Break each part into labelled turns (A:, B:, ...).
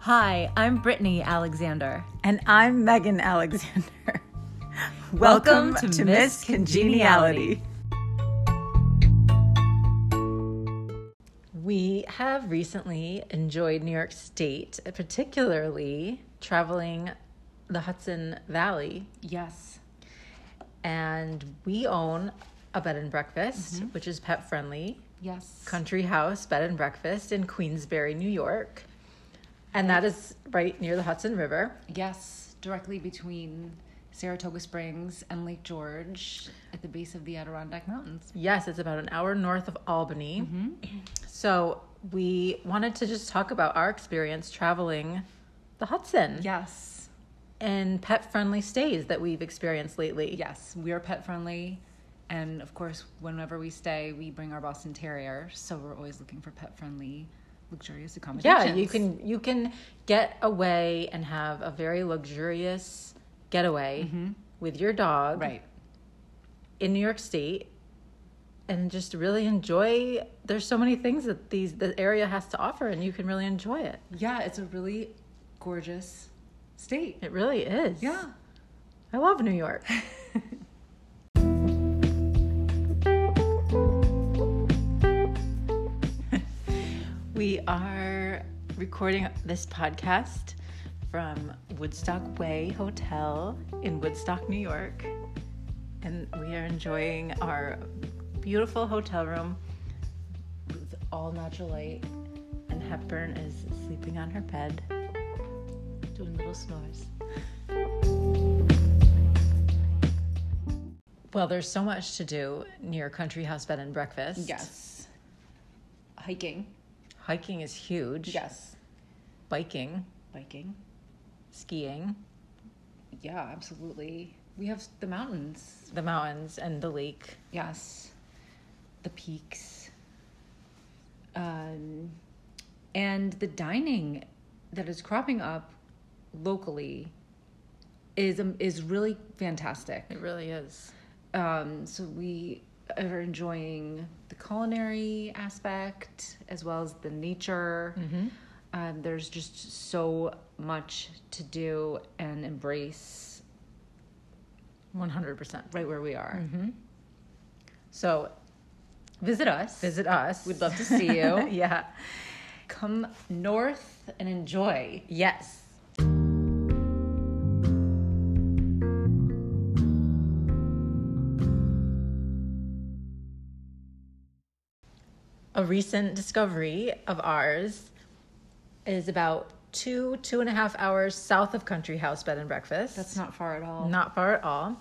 A: Hi, I'm Brittany Alexander.
B: And I'm Megan Alexander.
A: Welcome to Miss Congeniality. We have recently enjoyed New York State, particularly traveling the Hudson Valley,
B: Yes.
A: and we own a bed and breakfast,
B: Mm-hmm.
A: which is pet friendly.
B: Yes.
A: Country House Bed and Breakfast in Queensbury, New York. And that is right near the Hudson River.
B: Yes. Directly between Saratoga Springs and Lake George at the base of the Adirondack Mountains.
A: Yes, it's about an hour north of Albany.
B: Mm-hmm.
A: So we wanted to just talk about our experience traveling the Hudson
B: Yes.
A: and pet friendly stays that we've experienced lately.
B: Yes. We are pet friendly. And of course, whenever we stay, we bring our Boston Terrier. So we're always looking for pet friendly, luxurious accommodations.
A: Yeah, you can you can get away and have a very luxurious getaway with your dog
B: Mm-hmm. Right.
A: in New York State and just really enjoy there's so many things that these the area has to offer and you can really enjoy it.
B: Yeah. It's a really gorgeous state.
A: It really is.
B: Yeah.
A: I love New York. we are recording this podcast from Woodstock Way Hotel in Woodstock, New York. And we are enjoying our beautiful hotel room with all natural light. And Hepburn is sleeping on her bed, doing little snores. Well, there's so much to do near Country House Bed and Breakfast.
B: Yes. Hiking.
A: Hiking is huge.
B: Yes.
A: Biking,
B: Biking.
A: skiing,
B: Yeah, absolutely. We have the mountains.
A: the mountains, and the lake.
B: Yes. The peaks. Um, and the dining that is cropping up locally is um, is really fantastic.
A: It really is.
B: Um, so we are enjoying the culinary aspect as well as the
A: Mm.
B: nature.
A: Mm-hmm.
B: Um, there's just so much to do and embrace
A: 100%.
B: right where we are.
A: Mm-hmm. So
B: Visit us.
A: visit us.
B: We'd love to see you.
A: yeah.
B: Come north and enjoy.
A: Yes. A recent discovery of ours is about two, two and a half hours south of Country House Bed and Breakfast.
B: That's not far at all.
A: not far at all.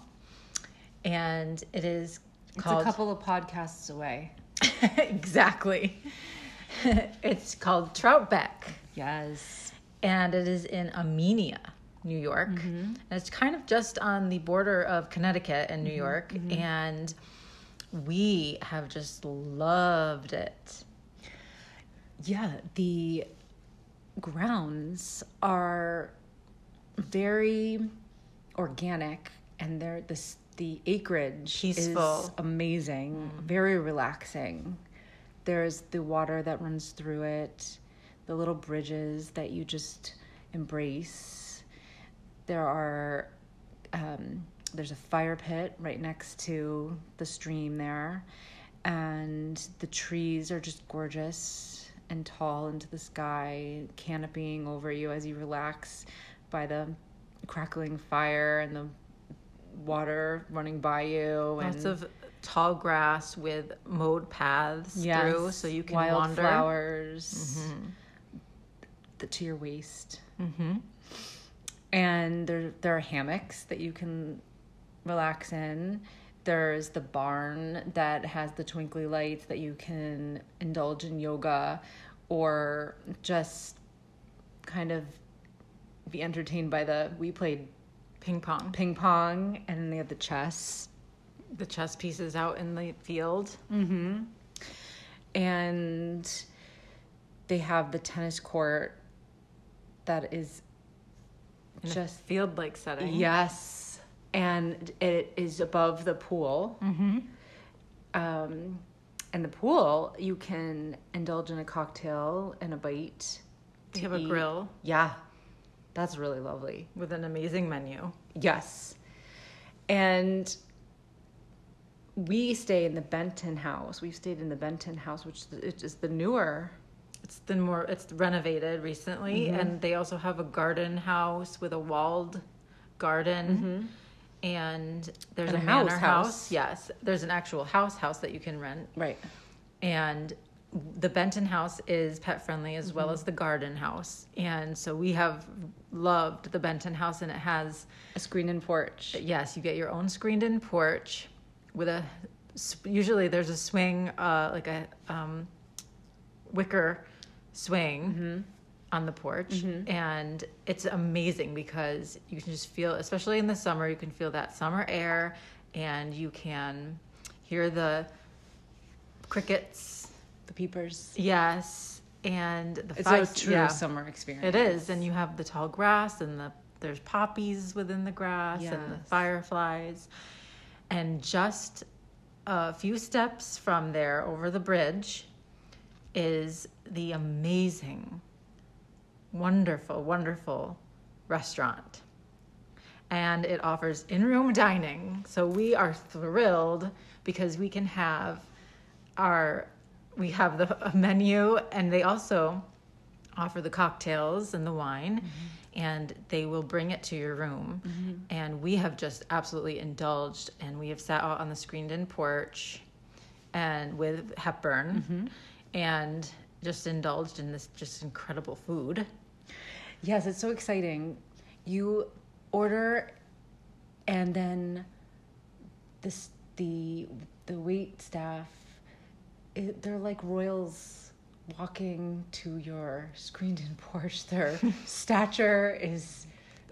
A: And it is
B: it's
A: called
B: a couple of podcasts away.
A: exactly. it's called Troutbeck
B: Yes.
A: and it is in Amenia, New York. And it's kind of just on the border of Connecticut and New York. And we have just loved it.
B: Yeah, the grounds are very organic, and they're this the acreage is
A: Peaceful. Mm.
B: amazing, very relaxing. There's the water that runs through it, the little bridges that you just embrace. There are um, there's a fire pit right next to the stream there, and the trees are just gorgeous and tall into the sky, canopying over you as you relax by the crackling fire and the water running by you and
A: Lots of tall grass with mowed paths through so you can
B: wild
A: wander. Mm-hmm.
B: flowers th- to your waist. And there there are hammocks that you can relax in. There's the barn that has the twinkly lights that you can indulge in yoga or just kind of be entertained by the we played
A: Ping pong.
B: ping pong and they have the chess
A: The chess pieces out in the field.
B: and they have the tennis court that is just
A: Field like setting.
B: yes and it is above the pool
A: Mm-hmm.
B: um, and the pool you can indulge in a cocktail and a bite
A: They
B: to
A: have a
B: eat.
A: grill
B: Yeah, that's really lovely.
A: with an amazing menu.
B: Yes. And we stay in the Benton house. We've stayed in the Benton house, which is- it is the newer.
A: It's the more it's renovated recently, and they also have a garden house with a walled garden. And there's
B: And
A: a,
B: a house
A: manor house,
B: house.
A: Yes, there's an actual house house that you can rent,
B: Right.
A: and the Benton house is pet friendly as well as the garden house. And so we have loved the Benton house, and it has
B: A screen and porch.
A: Yes, you get your own screened-in porch with a. Usually, there's a swing, uh, like a um, wicker swing
B: Mm-hmm.
A: on the porch, and it's amazing because you can just feel, especially in the summer, you can feel that summer air, and you can hear the crickets.
B: The peepers.
A: Yes, and the
B: It's
A: five,
B: a true
A: yeah.
B: summer experience.
A: It is, and you have the tall grass, and the there's poppies within the grass, and the
B: Yes.
A: fireflies, and just a few steps from there, over the bridge, is the amazing, wonderful, wonderful restaurant. And it offers in room dining. So we are thrilled because we can have our, we have the a menu and they also offer the cocktails and the wine
B: Mm-hmm.
A: and they will bring it to your room and we have just absolutely indulged and we have sat out on the screened in porch and with hepburn
B: Mm-hmm.
A: and just indulged in this just incredible food
B: Yes, it's so exciting. You order, and then this the the wait staff, it, they're like royals walking to your screened-in porch. Their stature is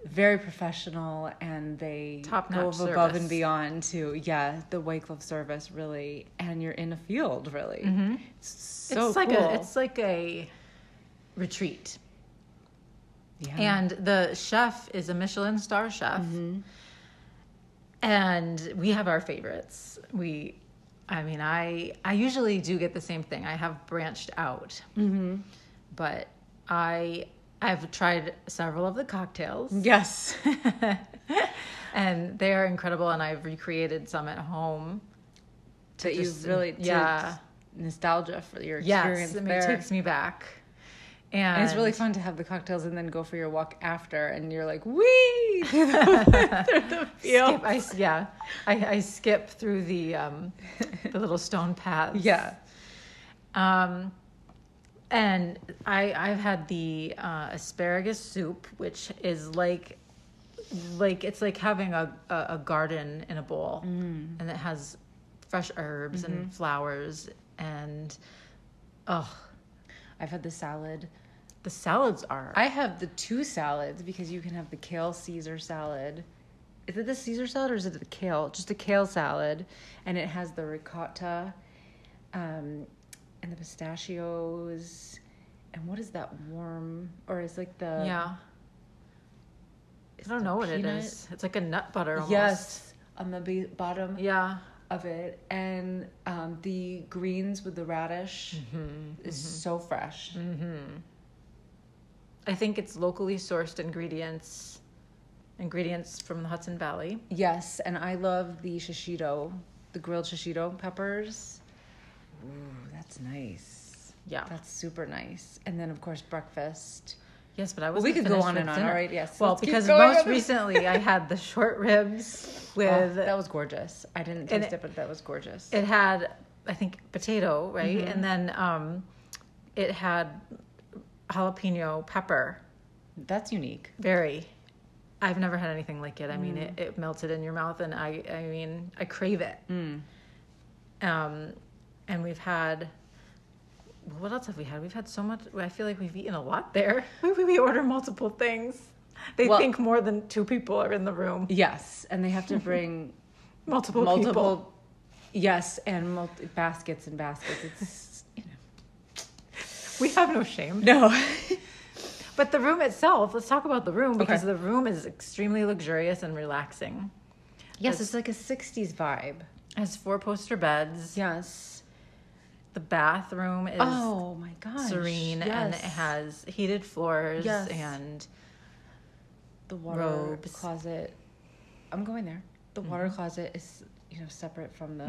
B: very professional, and they
A: Top-notch
B: go above
A: service.
B: and beyond to yeah the white glove service really. And you're in a field really. It's so
A: Mm-hmm. it's like
B: cool.
A: a it's like a retreat
B: yeah.
A: And the chef is a Michelin star chef.
B: Mm-hmm.
A: And we have our favorites. We, I mean, I I usually do get the same thing. I have branched out,
B: Mm-hmm.
A: but I I've tried several of the cocktails,
B: yes.
A: and they are incredible. And I've recreated some at home. to
B: that you
A: just-
B: really
A: yeah.
B: yeah nostalgia for your experience
A: Yes, I mean, it
B: there.
A: takes me back. And,
B: and it's really fun to have the cocktails and then go for your walk after, and you're like, "Wee!" through the through the
A: skip,
B: field.
A: I, yeah, I, I skip through the um, the little stone paths.
B: Yeah,
A: Um, and I I've had the uh, asparagus soup, which is like like it's like having a, a, a garden in a bowl, and it has fresh herbs and flowers and oh,
B: I've had the salad.
A: the salads are
B: I have the two salads because you can have the kale Caesar salad. Is it the Caesar salad or is it the kale? Just the kale salad, and it has the ricotta, um, and the pistachios, and what is that warm or is like the
A: yeah. uh, I don't know what it
B: peanut?
A: is. It's like a nut butter almost.
B: Yes, on the be- bottom
A: Yeah.
B: of it, and um, the greens with the radish is so fresh.
A: I think it's locally sourced ingredients, ingredients from the Hudson Valley.
B: Yes, and I love the shishito, the grilled shishito peppers. Ooh, that's nice.
A: Yeah.
B: That's super nice. And then of course breakfast.
A: Yes, but I
B: Well,
A: was.
B: we could go on and on, all right, yes,
A: Well,
B: let's keep
A: because
B: going on
A: most
B: this.
A: recently I had the short ribs
B: Oh,
A: with
B: that was gorgeous. I didn't
A: And
B: taste it,
A: it-
B: but that was gorgeous.
A: it had I think potato right,
B: Mm-hmm.
A: and then um, it had jalapeno pepper.
B: that's unique.
A: Very. I've never had anything like it. I mean,
B: Mm.
A: it, it melted in your mouth, and I I mean I crave it.
B: Mm.
A: Um, and we've had. What else have we had? We've had so much. I feel like we've eaten a lot there. We, we order multiple things. They
B: Well-
A: think more than two people are in the room.
B: Yes, and they have to bring
A: multiple, people.
B: multiple. Yes, and multi- baskets and baskets. It's you
A: We have no shame.
B: know no.
A: But the room itself, let's talk about the room because
B: Okay.
A: the room is extremely luxurious and relaxing.
B: Yes, it's like a 60s vibe.
A: It has four poster beds.
B: Yes.
A: The bathroom is
B: oh my gosh.
A: serene and it
B: yes.
A: has heated floors
B: Yes.
A: and
B: the water
A: robes. Mm-hmm.
B: closet. I'm going there. The water closet is you know separate from the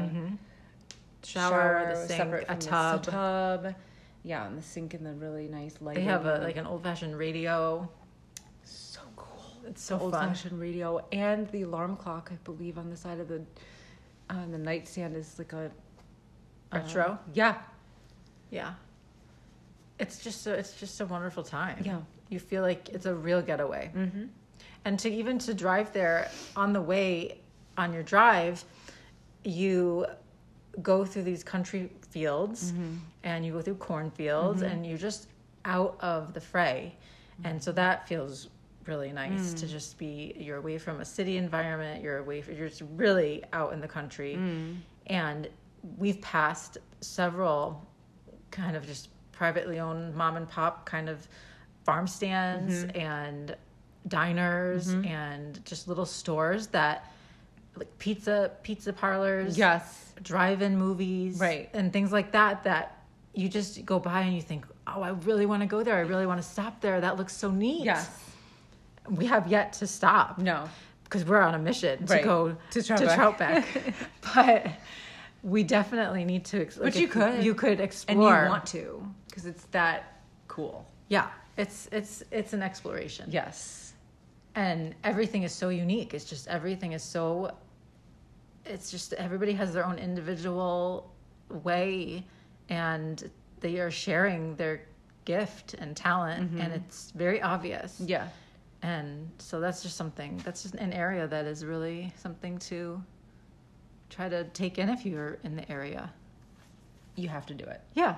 A: shower, the sink,
B: separate
A: a
B: from the
A: tub.
B: tub. Yeah, and the sink and the really nice
A: They
B: lighting.
A: have a like an old fashioned radio.
B: so cool.
A: It's so
B: old
A: fun.
B: fashioned radio and the alarm clock i believe on the side of the on the nightstand is like a Uh-huh.
A: Retro.
B: yeah
A: Yeah. It's just so it's just a wonderful time.
B: Yeah.
A: You feel like it's a real getaway.
B: mm-hmm.
A: And to even to drive there on the way on your drive, you go through these country fields and you go through cornfields and you're just out of the fray. And so that feels really nice to just be you're away from a city environment, you're away from, you're just really out in the country. And we've passed several kind of just privately owned mom and pop kind of farm stands and diners and just little stores that like pizza pizza parlors
B: yes
A: drive-in movies
B: Right.
A: and things like that that you just go by and you think oh i really want to go there i really want to stop there that looks so neat
B: yes
A: we have yet to stop
B: no
A: because we're on a mission to
B: Right.
A: go
B: To Troutbeck.
A: Troutbeck. but we definitely need to. Ex-
B: But you could.
A: you could
B: and
A: explore.
B: you want to because it's that cool
A: Yeah, it's it's it's an exploration.
B: yes
A: and everything is so unique. It's just everything is so. It's just everybody has their own individual way, and they are sharing their gift and talent, and it's very obvious.
B: yeah
A: And so that's just something, that's just an area that is really something to try to take in if you're in the area.
B: you have to do it
A: Yeah.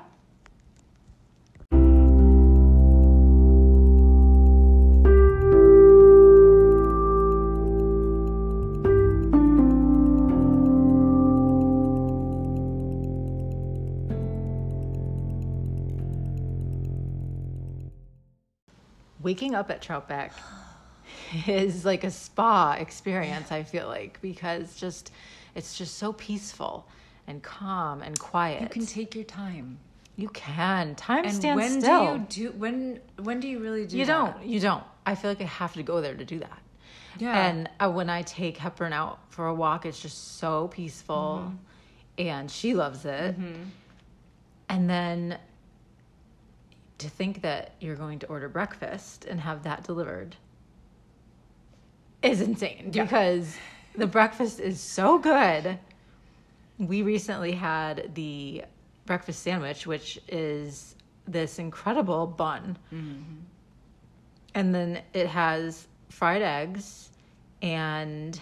A: Waking up at Troutbeck is like a spa experience, I feel like, because just it's just so peaceful and calm and quiet.
B: you can take your time
A: You can. Time
B: and
A: stands
B: when
A: still.
B: do you do when when do you really do
A: You
B: that?
A: don't. You don't. I feel like I have to go there to do that.
B: Yeah.
A: And uh, when I take Hepburn out for a walk, it's just so peaceful,
B: Mm-hmm.
A: and she loves it. And then to think that you're going to order breakfast and have that delivered is insane
B: Yeah.
A: because the breakfast is so good. We recently had the breakfast sandwich, which is this incredible bun.
B: Mm-hmm.
A: And then it has fried eggs and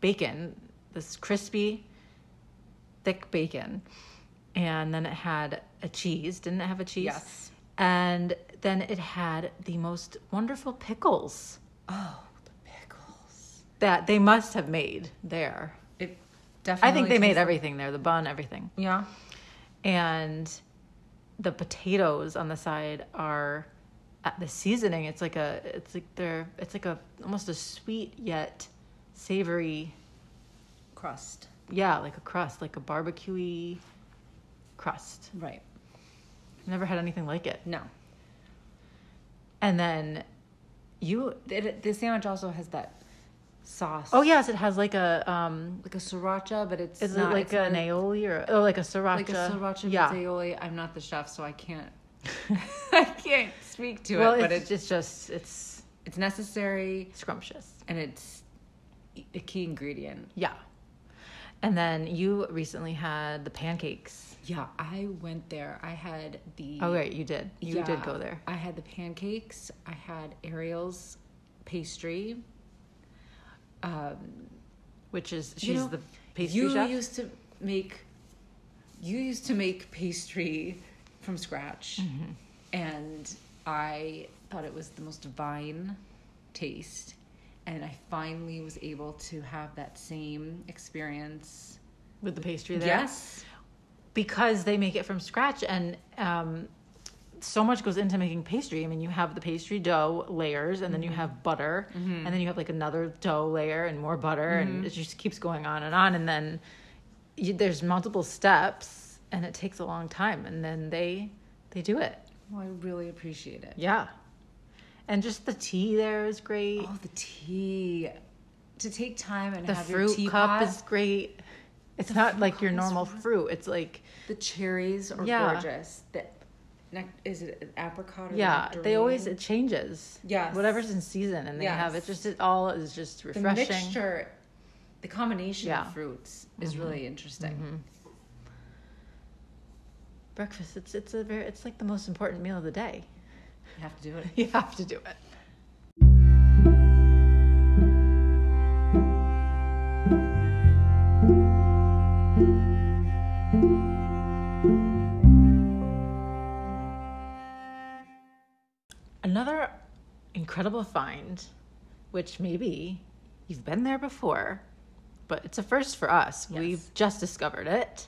A: bacon, this crispy, thick bacon. And then it had a cheese. Didn't it have a cheese?
B: Yes.
A: And then it had the most wonderful pickles
B: oh the pickles
A: that they must have made there.
B: it
A: I
B: definitely
A: think they made
B: tastes-
A: everything there the bun, everything.
B: yeah
A: And the potatoes on the side are at the seasoning. It's like a, it's like they're, it's like a, almost a sweet yet savory,
B: crust
A: yeah, like a crust, like a barbecue crust.
B: right
A: Never had anything like it.
B: no
A: And then you,
B: It, the sandwich also has that sauce.
A: oh yes, it has like a, um,
B: like a sriracha, but it's
A: Is
B: not
A: it like
B: it's
A: an
B: not-
A: aioli or oh, like a sriracha?
B: like a sriracha
A: yeah.
B: aioli. I'm not the chef, so I can't. I can't speak to
A: well,
B: it, but
A: it's,
B: it's
A: it's just it's
B: it's necessary
A: scrumptious.
B: and it's e-, a key ingredient.
A: Yeah. And then you recently had the pancakes.
B: Yeah, I went there. I had the.
A: Oh right, you did. You did
B: yeah,
A: go there.
B: I had the pancakes. I had Ariel's pastry. Um,
A: Which is she's
B: You know,
A: the pastry
B: you
A: chef.
B: used to make you used to make pastry from scratch
A: Mm-hmm.
B: and i thought it was the most divine taste and i finally was able to have that same experience
A: with the pastry there.
B: yes
A: Because they make it from scratch and um so much goes into making pastry. I mean, you have the pastry dough layers, and then
B: Mm-hmm.
A: you have butter, and then you have like another dough layer and
B: Mm-hmm.
A: more butter, and it just keeps going on and on. And then you, there's multiple steps and it takes a long time and then they they do it
B: Well, Oh, I really appreciate it.
A: yeah and just the tea there is great
B: Oh, the tea. To take time and
A: the
B: have
A: fruit
B: your teapot.
A: cup is great it's not like your
B: cup is
A: normal
B: really-
A: fruit it's like
B: The cherries are
A: Yeah.
B: gorgeous. The, nec- is it an apricot? Or
A: yeah they always
B: nectarine?
A: it changes
B: Yes.
A: whatever's in season and they have it
B: Yes.
A: just it all is just
B: the
A: refreshing
B: mixture, the combination
A: Yeah. Mm-hmm.
B: of fruits is really interesting.
A: breakfast it's it's a very it's like the most important meal of the day
B: You have to do it.
A: you have to do it another incredible find which maybe you've been there before but it's a first for us we've
B: Yes.
A: just discovered it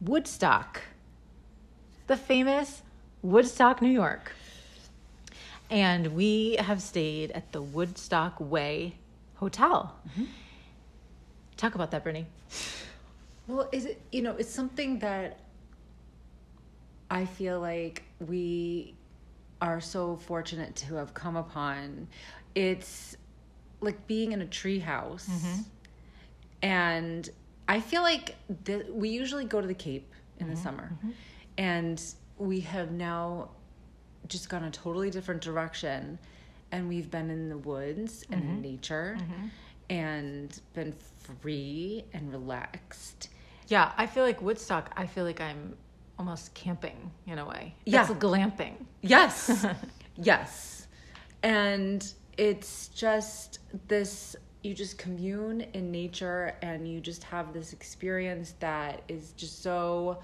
A: woodstock the famous woodstock new york and we have stayed at the Woodstock Way Hotel. Talk about that, Brittany.
B: Well, is it you know, it's something that I feel like we are so fortunate to have come upon. It's like being in a tree house. And I feel like the, we usually go to the Cape in the summer. And we have now just gone a totally different direction and we've been in the woods and in nature and been free and relaxed
A: Yeah, I feel like Woodstock. I feel like I'm almost camping in a way.
B: Yeah.
A: That's glamping.
B: Yes. yes. And it's just this you just commune in nature and you just have this experience that is just so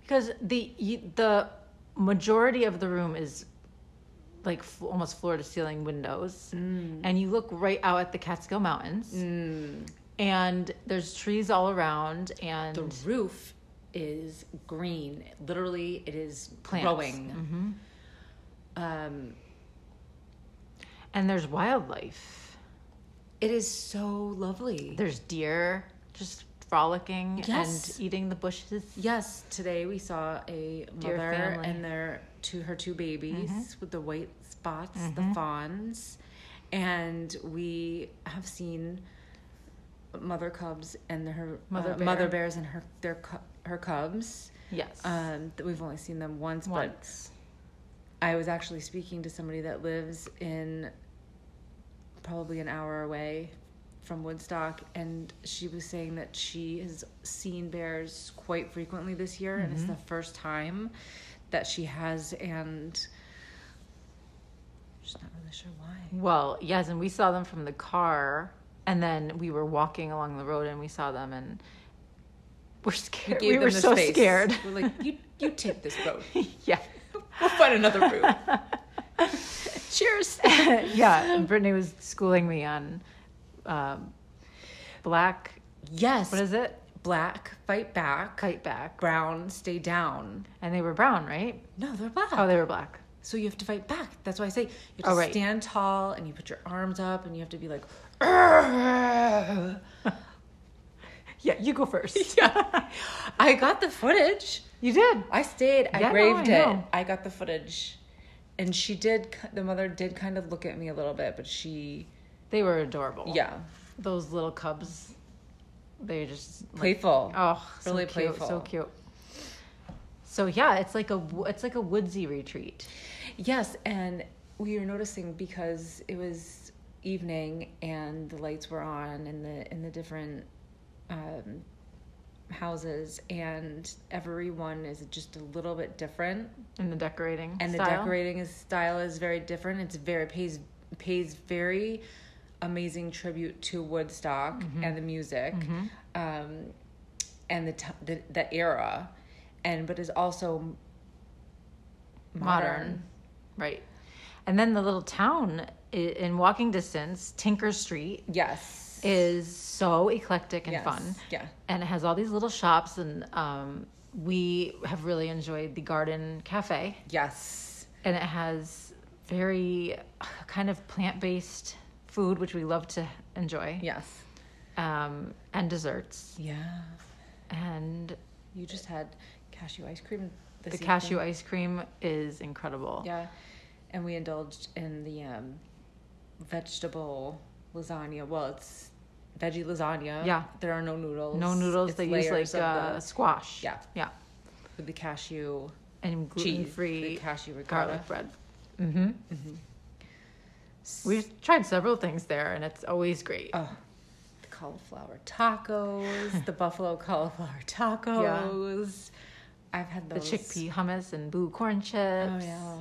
A: because the you- the majority of the room is like f- almost floor to ceiling windows
B: Mm.
A: and you look right out at the Catskill Mountains and there's trees all around and
B: the roof is green. Literally it is
A: Plants.
B: growing. Um
A: and there's wildlife
B: it is so lovely.
A: there's deer just frolicking
B: Yes.
A: and eating the bushes
B: Yes, today we saw a
A: Dear
B: mother
A: family. Mm-hmm.
B: and their two her two babies with the white spots, the fawns, and we have seen mother cubs and her
A: Mother
B: uh,
A: bear.
B: mother bears and her their cu- her cubs.
A: yes
B: Um, th- we've only seen them once,
A: once
B: but I was actually speaking to somebody that lives in probably an hour away from Woodstock, and she was saying that she has seen bears quite frequently this year, and
A: Mm-hmm.
B: it's the first time that she has, and she's not really sure why.
A: well yes and we saw them from the car and then we were walking along the road and we saw them and we're scared we,
B: Gave them
A: were
B: the
A: so
B: space.
A: scared
B: We're like, you, you take this road.
A: yeah
B: We'll find another route. Cheers.
A: yeah and brittany was schooling me on um, black
B: Yes.
A: what is it
B: Black, fight back.
A: kite back
B: brown stay down.
A: and they were brown right
B: No, they're black.
A: oh they were black
B: so you have to fight back. That's why I say you have to
A: Oh, right.
B: stand tall and you put your arms up and you have to be like, "Argh."
A: yeah you go first
B: yeah. I got the footage.
A: you did
B: I stayed. I
A: Yeah, no,
B: braved
A: I
B: it.
A: know.
B: I got the footage. And she did, ki- the mother did kind of look at me a little bit, but she,
A: they were adorable
B: yeah,
A: those little cubs they just like,
B: playful.
A: Oh,
B: Really
A: so cute, So
B: playful.
A: cute. So yeah, it's like a wo- it's like a woodsy retreat.
B: Yes, and we were noticing because it was evening and the lights were on in the in the different um, houses, and everyone is just a little bit different,
A: And the decorating
B: and the
A: style.
B: decorating is style is very different. It's very pays pays very amazing tribute to Woodstock and the music, um, and the, t- the the era, and but is also modern.
A: right? And then the little town i- in walking distance, Tinker Street,
B: Yes.
A: is so eclectic and
B: Yes,
A: fun.
B: Yeah.
A: and it has all these little shops, and um, we have really enjoyed the Garden Cafe,
B: Yes.
A: and it has very uh, kind of plant based food, which we love to enjoy,
B: Yes.
A: um, and desserts.
B: Yeah. you just had cashew ice cream. This
A: The
B: evening.
A: cashew ice cream is incredible.
B: Yeah, and we indulged in the um, vegetable lasagna. Well, it's veggie lasagna.
A: Yeah.
B: there are no noodles.
A: No noodles.
B: It's
A: they use
B: layers
A: like
B: of
A: uh,
B: the-
A: squash.
B: yeah.
A: Yeah.
B: with the cashew
A: And gluten
B: cheese, the
A: free
B: cashew ricotta.
A: garlic bread. Mm-hmm. We've tried several things there, and it's always great.
B: Oh, the cauliflower tacos, the buffalo cauliflower tacos. I've had
A: the
B: those.
A: chickpea hummus and blue corn chips.
B: Oh yeah.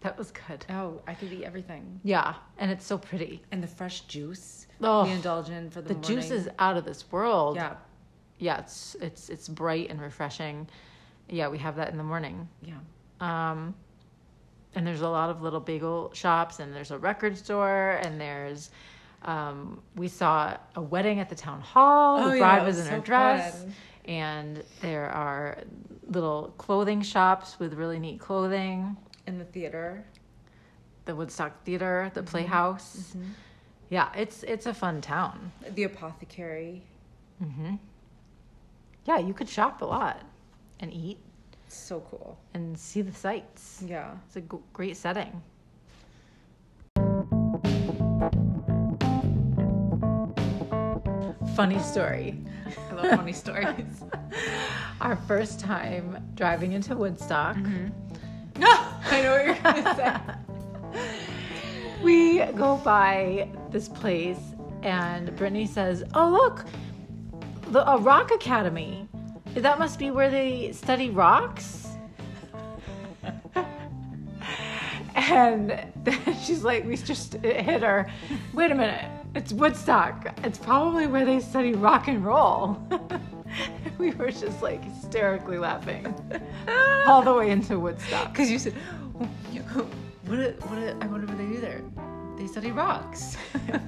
A: That was good.
B: Oh, I could eat everything.
A: Yeah, and it's so pretty.
B: And the fresh juice
A: Oh,
B: we indulge in for the,
A: The
B: morning.
A: juice is out of this world.
B: yeah,
A: Yeah, it's it's it's bright and refreshing. Yeah, we have that in the morning.
B: yeah.
A: Um, and there's a lot of little bagel shops, and there's a record store, and there's. Um, we saw a wedding at the town hall.
B: Oh,
A: the
B: yeah,
A: bride
B: it
A: was in
B: was
A: her
B: so
A: dress,
B: fun.
A: and there are little clothing shops with really neat clothing.
B: In the theater.
A: The Woodstock Theater, the Playhouse. Yeah, it's it's a fun town.
B: The apothecary.
A: Yeah, you could shop a lot, and eat,
B: So cool.
A: and see the sights.
B: Yeah.
A: It's a g- great setting. Funny story.
B: I love funny stories.
A: Our first time driving into Woodstock,
B: No, I know what you're gonna say.
A: we go by this place, and Brittany says, "Oh look, the a rock academy. That must be where they study rocks." And then she's like, we just it hit her. Wait a minute, it's Woodstock. It's probably where they study rock and roll. we were just like hysterically laughing all the way into Woodstock.
B: Because you said, "Oh, you- what? do- what? do- I wonder what they do there. They study rocks.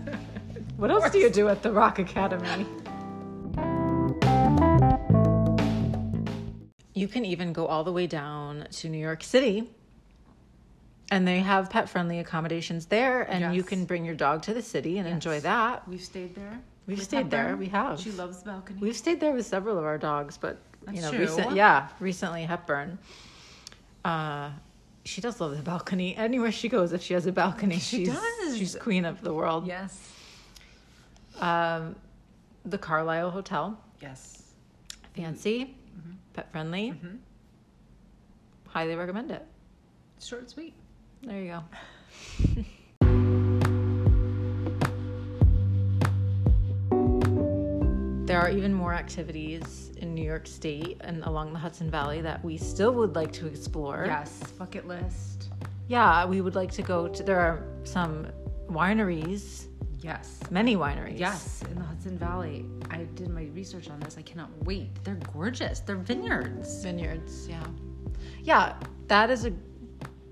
A: What else do you do at the Rock Academy? You can even go all the way down to New York City. And they have pet friendly accommodations there, and you
B: Yes.
A: can bring your dog to the city and enjoy that.
B: We've stayed there.
A: We've
B: with
A: stayed there.
B: Hepburn.
A: We have.
B: She loves the balcony.
A: We've stayed there with several of our dogs, but you
B: That's
A: know,
B: true.
A: recent, yeah, recently Hepburn. Uh, she does love the balcony. Anywhere she goes, if she has a balcony,
B: She
A: she's
B: does.
A: she's queen of the world.
B: yes.
A: Um, the Carlisle Hotel,
B: Yes.
A: fancy, pet friendly. Highly recommend it.
B: Short and sweet.
A: There you go. there are even more activities in New York State and along the Hudson Valley that we still would like to explore.
B: Yes. Bucket list.
A: Yeah, we would like to go to, there are some wineries,
B: Yes.
A: many wineries.
B: Yes, in the Hudson Valley. I did my research on this. I cannot wait. They're gorgeous. They're vineyards.
A: vineyards yeah yeah that is a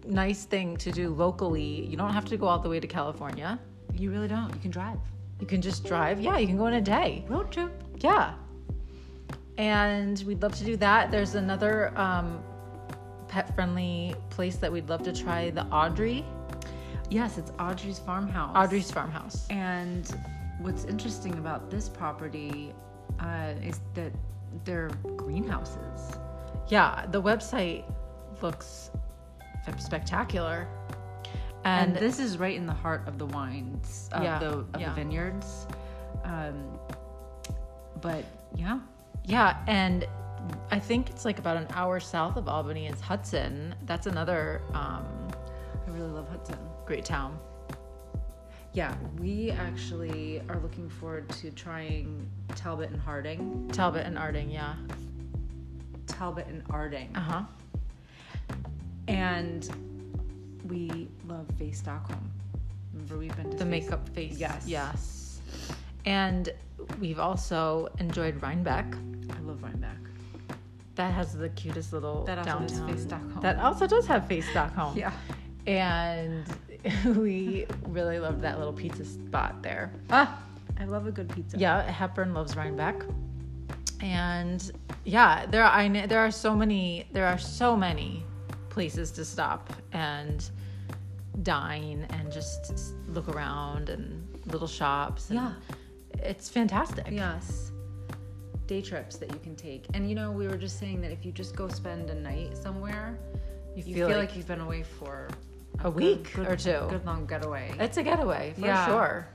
A: nice thing to do locally you don't have to go all the way to california
B: You really don't. You can drive.
A: you can just drive yeah you can go in a day
B: Road trip.
A: yeah and we'd love to do that there's another um, pet friendly place that we'd love to try the audrey
B: Yes, it's Audrey's farmhouse.
A: audrey's farmhouse
B: And what's interesting about this property uh, is that they're greenhouses.
A: yeah the website looks f- spectacular
B: and
A: and,
B: this is right in the heart of the wines of,
A: Yeah,
B: the, of
A: yeah.
B: the vineyards um, but yeah
A: Yeah, and I think it's like about an hour south of Albany is Hudson. That's another um,
B: i really love hudson
A: great town.
B: yeah we actually are looking forward to trying talbot and harding
A: Talbot and Arding, yeah.
B: talbot and arding
A: Uh huh.
B: and we love faye stockholm remember we've been to
A: The
B: Faye-
A: makeup face.
B: Yes.
A: Yes. And we've also enjoyed Rhinebeck.
B: i love rhinebeck
A: That has the cutest little
B: That also does
A: downtown.
B: Face Stockholm.
A: That also does have Face Stockholm.
B: yeah
A: And we really loved that little pizza spot there.
B: ah i love a good pizza
A: Yeah, Hepburn loves Rhinebeck. And yeah, there are, I know, there are so many there are so many places to stop and dine and just s- look around and little shops. and
B: Yeah.
A: It's fantastic.
B: yes day trips that you can take. And you know, we were just saying that if you just go spend a night somewhere, you, feel, like, you've been away for
A: a week
B: good,
A: or two.
B: Good long getaway.
A: It's a getaway for
B: Yeah.
A: sure.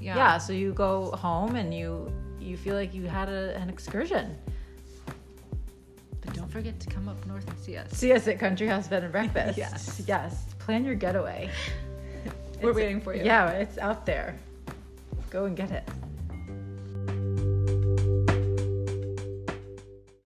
B: yeah.
A: Yeah. So you go home and you you feel like you had a, an excursion.
B: But don't forget to come up north and see us.
A: See us at Country House Bed and Breakfast.
B: Yes.
A: Yes. Plan your getaway.
B: We're
A: It's-
B: waiting for you.
A: Yeah, it's out there. Go and get it.